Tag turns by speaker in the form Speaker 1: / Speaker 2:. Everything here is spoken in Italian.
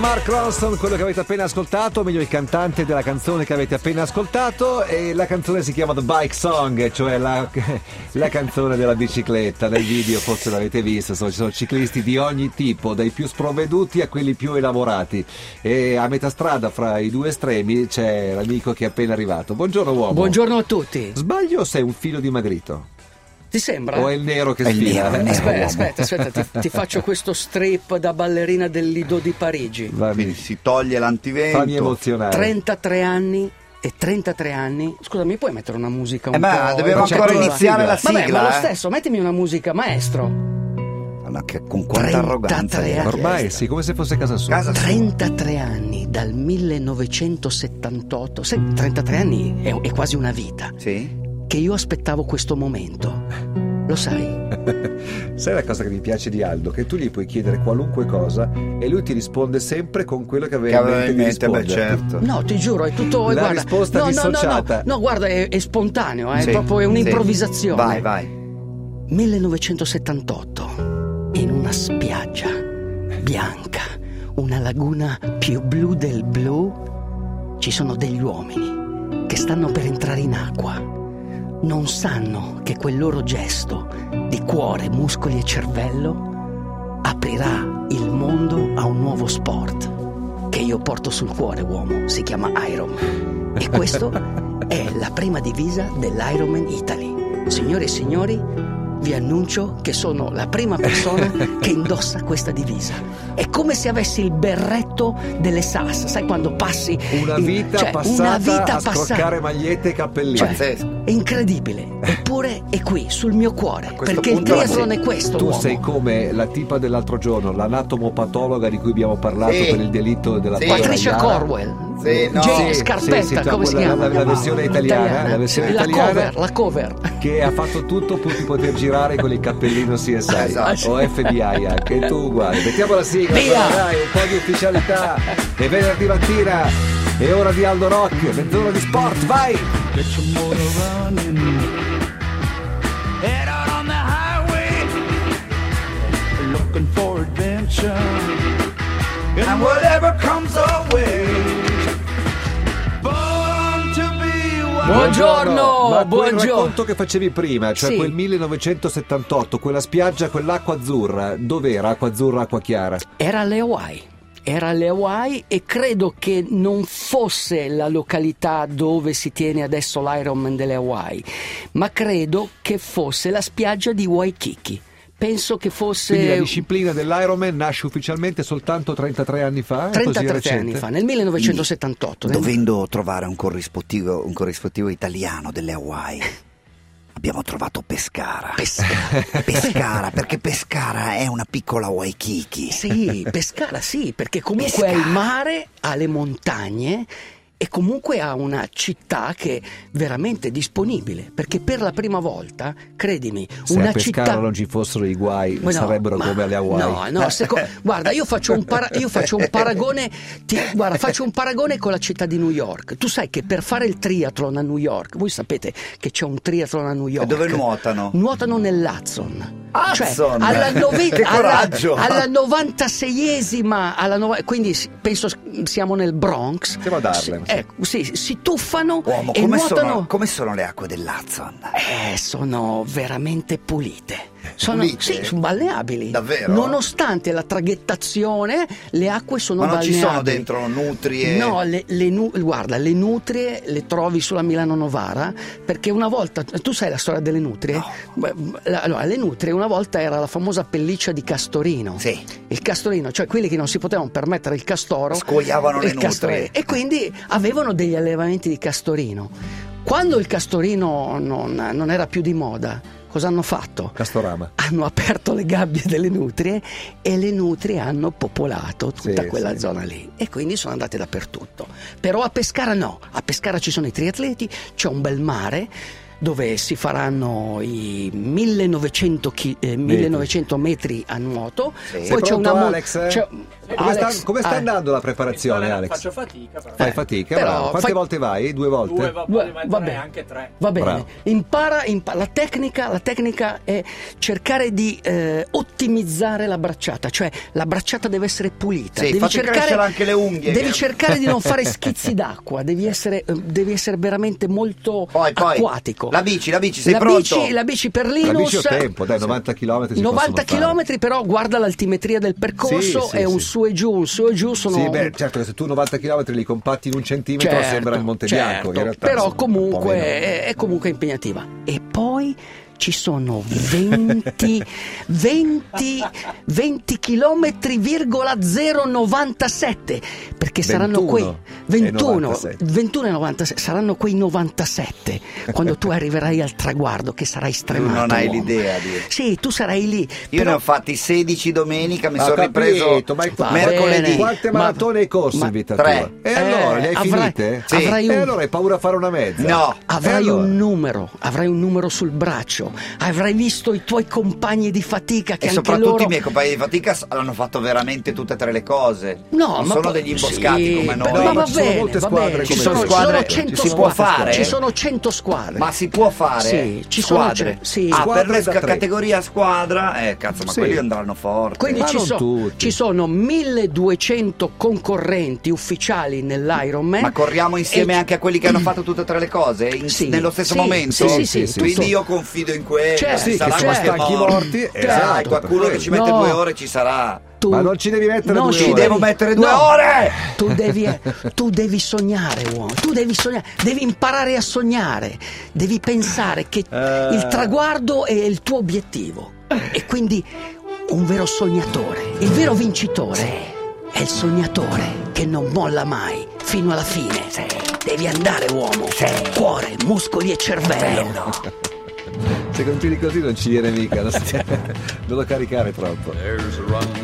Speaker 1: Mark Ronson, quello che avete appena ascoltato, o meglio il cantante della canzone che avete appena ascoltato e la canzone si chiama The Bike Song, cioè la, la canzone della bicicletta. Nel video forse l'avete visto, insomma, ci sono ciclisti di ogni tipo, dai più sprovveduti a quelli più elaborati e a metà strada fra i due estremi c'è l'amico che è appena arrivato. Buongiorno uomo.
Speaker 2: Buongiorno a tutti.
Speaker 1: Sbaglio o sei un filo dimagrito?
Speaker 2: Ti sembra?
Speaker 1: O è il nero che
Speaker 3: È il
Speaker 1: sfila?
Speaker 3: nero, è il nero.
Speaker 2: Aspetta,
Speaker 3: uomo.
Speaker 2: aspetta, aspetta, ti, ti faccio questo strip da ballerina del Lido di Parigi.
Speaker 1: Va
Speaker 3: Quindi
Speaker 1: bene.
Speaker 3: si toglie
Speaker 1: Fammi
Speaker 3: l'antivento.
Speaker 1: emozionare.
Speaker 2: 33 anni e 33 anni. Scusami, puoi mettere una musica un
Speaker 3: Eh, ma
Speaker 2: po'
Speaker 3: dobbiamo
Speaker 2: ricettiva?
Speaker 3: ancora iniziare la
Speaker 2: Vabbè,
Speaker 3: sigla,
Speaker 2: ma lo
Speaker 3: eh.
Speaker 2: stesso, mettimi una musica, maestro.
Speaker 3: Ma che- con quanta
Speaker 2: 33
Speaker 3: arroganza. eh?
Speaker 2: anni.
Speaker 1: Ormai sì, come se fosse casa sua.
Speaker 3: Casa sua.
Speaker 2: 33 anni dal 1978. Sai, 33 anni è, è quasi una vita.
Speaker 3: Sì.
Speaker 2: Che io aspettavo questo momento. Lo sai?
Speaker 1: Sai la cosa che mi piace di Aldo? Che tu gli puoi chiedere qualunque cosa e lui ti risponde sempre con quello che
Speaker 3: Che
Speaker 1: aveva
Speaker 3: aveva in
Speaker 1: di
Speaker 3: mente, beh,
Speaker 1: risponderti.
Speaker 3: certo.
Speaker 2: No, ti giuro, è tutto.
Speaker 1: La
Speaker 2: guarda,
Speaker 1: risposta
Speaker 2: no, no, no, no,
Speaker 1: dissociata.
Speaker 2: no, guarda, è, è spontaneo, eh, è
Speaker 3: Sì,
Speaker 2: proprio è
Speaker 3: sì.
Speaker 2: un'improvvisazione.
Speaker 3: Vai, vai.
Speaker 2: 1978, in una spiaggia bianca, una laguna più blu del blu, ci sono degli uomini che stanno per entrare in acqua. Non sanno che quel loro gesto di cuore, muscoli e cervello aprirà il mondo a un nuovo sport che io porto sul cuore, uomo, si chiama Iron. E questo è la prima divisa dell'Ironman Italy. Signore e signori, vi annuncio che sono la prima persona che indossa questa divisa. È come se avessi il berretto delle SAS, sai quando passi
Speaker 1: Una
Speaker 2: in-
Speaker 1: vita
Speaker 2: cioè,
Speaker 1: passata
Speaker 2: una vita
Speaker 1: a
Speaker 2: passata.
Speaker 1: scroccare magliette e cappellini.
Speaker 2: Cioè,
Speaker 3: Pazzesco.
Speaker 2: È incredibile, eppure è qui, sul mio cuore,
Speaker 3: questo
Speaker 2: perché il
Speaker 3: punto la
Speaker 2: triathlon
Speaker 3: sì.
Speaker 2: è questo.
Speaker 1: tu
Speaker 2: uomo.
Speaker 1: sei come la tipa dell'altro giorno, l'anatomopatologa di cui abbiamo parlato
Speaker 3: Sì.
Speaker 1: per il delitto della
Speaker 3: Sì.
Speaker 1: povera
Speaker 2: Patricia
Speaker 1: Iana.
Speaker 2: Corwell.
Speaker 3: Sì, no.
Speaker 2: Jane
Speaker 1: Sì,
Speaker 2: Scarpetta,
Speaker 1: sì, sì, cioè
Speaker 2: come si
Speaker 1: quella-
Speaker 2: chiama?
Speaker 1: la- la versione italiana, la versione italiana.
Speaker 2: cover, la cover.
Speaker 1: Che ha fatto tutto pur di poter girare con il cappellino CSI
Speaker 3: Esatto.
Speaker 1: o FBI anche tu uguale. Mettiamo la sigla,
Speaker 2: Via!
Speaker 1: allora, dai, un po' di ufficialità. È venerdì mattina, è ora di Aldo Rock, mezz'ora di sport, vai!
Speaker 4: Get your motor running. Head out on the highway. Looking for adventure. And whatever comes our way. Born to be wild.
Speaker 2: Buongiorno,
Speaker 1: Ma quel
Speaker 2: buongiorno.
Speaker 1: racconto che facevi prima, cioè
Speaker 2: Sì.
Speaker 1: quel 1978, quella spiaggia, quell'acqua azzurra, dov'era acqua azzurra, acqua chiara?
Speaker 2: Era alle Hawaii. Era alle Hawaii e credo che non fosse la località dove si tiene adesso l'Ironman delle Hawaii, ma credo che fosse la spiaggia di Waikiki. Penso che fosse
Speaker 1: Quindi la disciplina dell'Ironman nasce ufficialmente soltanto 33 anni fa? è così
Speaker 2: 33 anni
Speaker 1: recente?
Speaker 2: fa, nel eh. 1978. nel-
Speaker 3: Dovendo trovare un corrispettivo, un corrispettivo italiano delle Hawaii, abbiamo trovato Pescara.
Speaker 2: Pescara.
Speaker 3: Pescara, perché Pescara è una piccola Waikiki.
Speaker 2: Sì, Pescara sì, perché comunque ha il mare, ha le montagne e comunque ha una città che è veramente disponibile, perché per la prima volta, credimi,
Speaker 1: Se
Speaker 2: una
Speaker 1: a Pescara
Speaker 2: città...
Speaker 1: non ci fossero i guai,
Speaker 2: Ma no,
Speaker 1: sarebbero
Speaker 2: ma-
Speaker 1: come alle Hawaii.
Speaker 2: No, no, seco- guarda, io faccio un, para- io faccio un paragone. ti- guarda, faccio un paragone con la città di New York. Tu sai che per fare il triathlon a New York, voi sapete che c'è un triathlon a New York.
Speaker 3: dove nuotano?
Speaker 2: Nuotano nell'Hudson. Cioè,
Speaker 3: Hudson!
Speaker 2: alla, nove-
Speaker 3: Che
Speaker 2: alla-
Speaker 3: coraggio!
Speaker 2: alla 96esima, alla nova- quindi s- penso s- siamo nel Bronx.
Speaker 1: Siamo ad Harlem,
Speaker 2: Si, ecco, sì, si tuffano
Speaker 3: Uomo,
Speaker 2: e
Speaker 3: come
Speaker 2: nuotano.
Speaker 3: sono, come sono le acque dell'Hudson?
Speaker 2: Eh, sono veramente pulite. Sono,
Speaker 3: Pulite?
Speaker 2: Sì, sono balneabili.
Speaker 3: Davvero?
Speaker 2: Nonostante la traghettazione, le acque sono
Speaker 3: Ma non ci
Speaker 2: balneabili.
Speaker 3: sono dentro nutrie?
Speaker 2: No, le, le nu- guarda, le nutrie le trovi sulla Milano Novara perché una volta, tu sai la storia delle nutrie?
Speaker 3: Eh?
Speaker 2: Beh, la- Allora, le nutrie una volta era la famosa pelliccia di Castorino.
Speaker 3: Sì.
Speaker 2: Il castorino, cioè quelli che non si potevano permettere il castoro,
Speaker 3: Scuoiavano le
Speaker 2: il castore.
Speaker 3: nutrie.
Speaker 2: E quindi avevano degli allevamenti di castorino. Quando il castorino non, non era più di moda, cosa hanno fatto?
Speaker 1: Castorama.
Speaker 2: Hanno aperto le gabbie delle nutrie e le nutrie hanno popolato tutta
Speaker 1: Sì,
Speaker 2: quella
Speaker 1: sì.
Speaker 2: zona lì e quindi sono andate dappertutto. Però a Pescara no, a Pescara ci sono i triatleti, c'è un bel mare. dove si faranno i 1900, chi- eh, 1900 metri a nuoto.
Speaker 3: Sì.
Speaker 1: Sei pronto,
Speaker 2: mo-
Speaker 1: Alex?
Speaker 2: c'è-
Speaker 1: Come sta,
Speaker 2: Alex,
Speaker 1: come sta
Speaker 2: ah,
Speaker 1: andando la preparazione,
Speaker 5: Guarda,
Speaker 1: Alex?
Speaker 5: Faccio fatica, però.
Speaker 1: Fai
Speaker 2: Eh,
Speaker 1: fatica,
Speaker 2: però
Speaker 1: bravo. Quante
Speaker 2: fai-
Speaker 1: volte vai? Due volte?
Speaker 5: Due, va,
Speaker 2: Va-
Speaker 5: poteva
Speaker 2: va
Speaker 5: entrare
Speaker 2: bene.
Speaker 5: anche tre.
Speaker 2: Va bene,
Speaker 1: Bravo.
Speaker 2: impara, impa- la, tecnica, la tecnica è cercare di eh, ottimizzare la bracciata, cioè la bracciata deve essere pulita,
Speaker 3: Sì,
Speaker 2: devi,
Speaker 3: fate
Speaker 2: cercare,
Speaker 3: crescere anche le unghie.
Speaker 2: devi cercare di non fare schizzi d'acqua, devi essere, eh, devi essere veramente molto
Speaker 3: Poi, poi,
Speaker 2: acquatico.
Speaker 3: la bici, la bici, sei
Speaker 2: la
Speaker 3: pronto?
Speaker 2: Bici, la bici per
Speaker 1: La
Speaker 2: Linus.
Speaker 1: bici ho tempo, dai, 90 km si possono
Speaker 2: 90
Speaker 1: fare.
Speaker 2: km però guarda l'altimetria del percorso,
Speaker 1: Sì, sì,
Speaker 2: è un
Speaker 1: sì.
Speaker 2: su e giù, un su e giù, sono
Speaker 1: Sì, beh, certo che se tu 90 km li compatti in un centimetro
Speaker 2: Certo,
Speaker 1: sembra il Monte Bianco.
Speaker 2: certo,
Speaker 1: che in realtà sono
Speaker 2: però
Speaker 1: un po'
Speaker 2: comunque
Speaker 1: meno.
Speaker 2: è, è comunque impegnativa. E poi ci sono 20, 20, 20 chilometri, virgola 097, perché saranno
Speaker 1: 21
Speaker 2: quei
Speaker 1: e
Speaker 2: 21,
Speaker 1: 97.
Speaker 2: 21 e 97, saranno quei 97 quando tu arriverai al traguardo che sarai stremato.
Speaker 3: non hai
Speaker 2: uomo.
Speaker 3: l'idea di-
Speaker 2: Sì, tu sarai lì.
Speaker 3: Io
Speaker 2: però-
Speaker 3: ne ho fatti 16 domenica, mi
Speaker 1: Ma
Speaker 3: sono
Speaker 1: capito,
Speaker 3: ripreso
Speaker 1: ma hai fatto-
Speaker 3: mercoledì.
Speaker 2: Va bene.
Speaker 1: Quante
Speaker 2: Ma-
Speaker 1: maratone hai corso
Speaker 2: ma-
Speaker 1: in vita
Speaker 3: Tre.
Speaker 1: tua? E allora,
Speaker 2: Eh,
Speaker 1: le hai
Speaker 2: avrai-
Speaker 1: finite?
Speaker 3: Sì.
Speaker 2: avrai
Speaker 1: E
Speaker 2: un-
Speaker 1: allora hai paura a fare una mezza?
Speaker 3: No.
Speaker 1: E
Speaker 2: Avrai
Speaker 1: allora?
Speaker 2: un numero, avrai un numero sul braccio, avrai visto i tuoi compagni di fatica che
Speaker 3: E
Speaker 2: anche
Speaker 3: soprattutto
Speaker 2: loro...
Speaker 3: i miei compagni di fatica s- hanno fatto veramente tutte e tre le cose.
Speaker 2: No,
Speaker 3: non
Speaker 2: ma
Speaker 3: sono
Speaker 2: po-
Speaker 3: degli imboscati
Speaker 2: sì,
Speaker 3: come
Speaker 2: però-
Speaker 3: noi.
Speaker 2: Ma,
Speaker 1: No,
Speaker 2: va
Speaker 1: ci sono
Speaker 2: bene,
Speaker 1: molte
Speaker 2: va
Speaker 1: squadre
Speaker 2: bene,
Speaker 1: come
Speaker 2: ci
Speaker 1: noi.
Speaker 2: sono, ci
Speaker 3: Squadre-
Speaker 2: sono 100
Speaker 3: ci si può
Speaker 2: squadre.
Speaker 3: fare?
Speaker 2: Ci sono 100 squadre.
Speaker 3: Ma si può fare?
Speaker 2: Sì, ci sono- cioè,
Speaker 3: squadre.
Speaker 2: sì.
Speaker 3: Ah, per
Speaker 1: Squadre
Speaker 3: la
Speaker 1: da tre.
Speaker 3: categoria squadra, eh, cazzo, ma
Speaker 1: Sì.
Speaker 3: quelli andranno forti.
Speaker 2: Quindi
Speaker 1: Ma
Speaker 2: ci,
Speaker 1: non
Speaker 2: so-
Speaker 1: tutti.
Speaker 2: ci sono 1200 concorrenti ufficiali nell'Ironman.
Speaker 3: Ma corriamo insieme
Speaker 2: E-
Speaker 3: anche a quelli che hanno fatto tutte e tre le cose? In-
Speaker 2: Sì.
Speaker 3: Nello stesso
Speaker 2: Sì,
Speaker 3: momento?
Speaker 2: sì, sì, sì,
Speaker 1: sì,
Speaker 3: Quindi
Speaker 2: tutto.
Speaker 3: io confido in quello.
Speaker 2: Certo,
Speaker 3: ci
Speaker 2: sì,
Speaker 3: sarà
Speaker 2: che siamo
Speaker 3: qualche
Speaker 2: stanchi
Speaker 3: morto.
Speaker 1: morti,
Speaker 3: Dai,
Speaker 1: esatto,
Speaker 3: qualcuno
Speaker 1: per
Speaker 3: che ci mette
Speaker 2: quello.
Speaker 3: due
Speaker 2: No.
Speaker 3: ore ci sarà.
Speaker 2: Tu-
Speaker 1: Ma non ci devi mettere
Speaker 2: non
Speaker 1: due
Speaker 2: ci
Speaker 1: ore.
Speaker 2: devi-
Speaker 3: Devo mettere due
Speaker 2: no.
Speaker 3: ore!
Speaker 2: Tu devi, tu devi sognare, uomo. Tu devi sognare, devi imparare a sognare. Devi pensare che
Speaker 1: Eh.
Speaker 2: il traguardo è il tuo obiettivo. E quindi un vero sognatore, il vero vincitore è il sognatore che non molla mai fino alla fine. Devi andare, uomo. Cuore, muscoli e cervello.
Speaker 1: Se continui così non ci viene mica, non, non lo caricare troppo.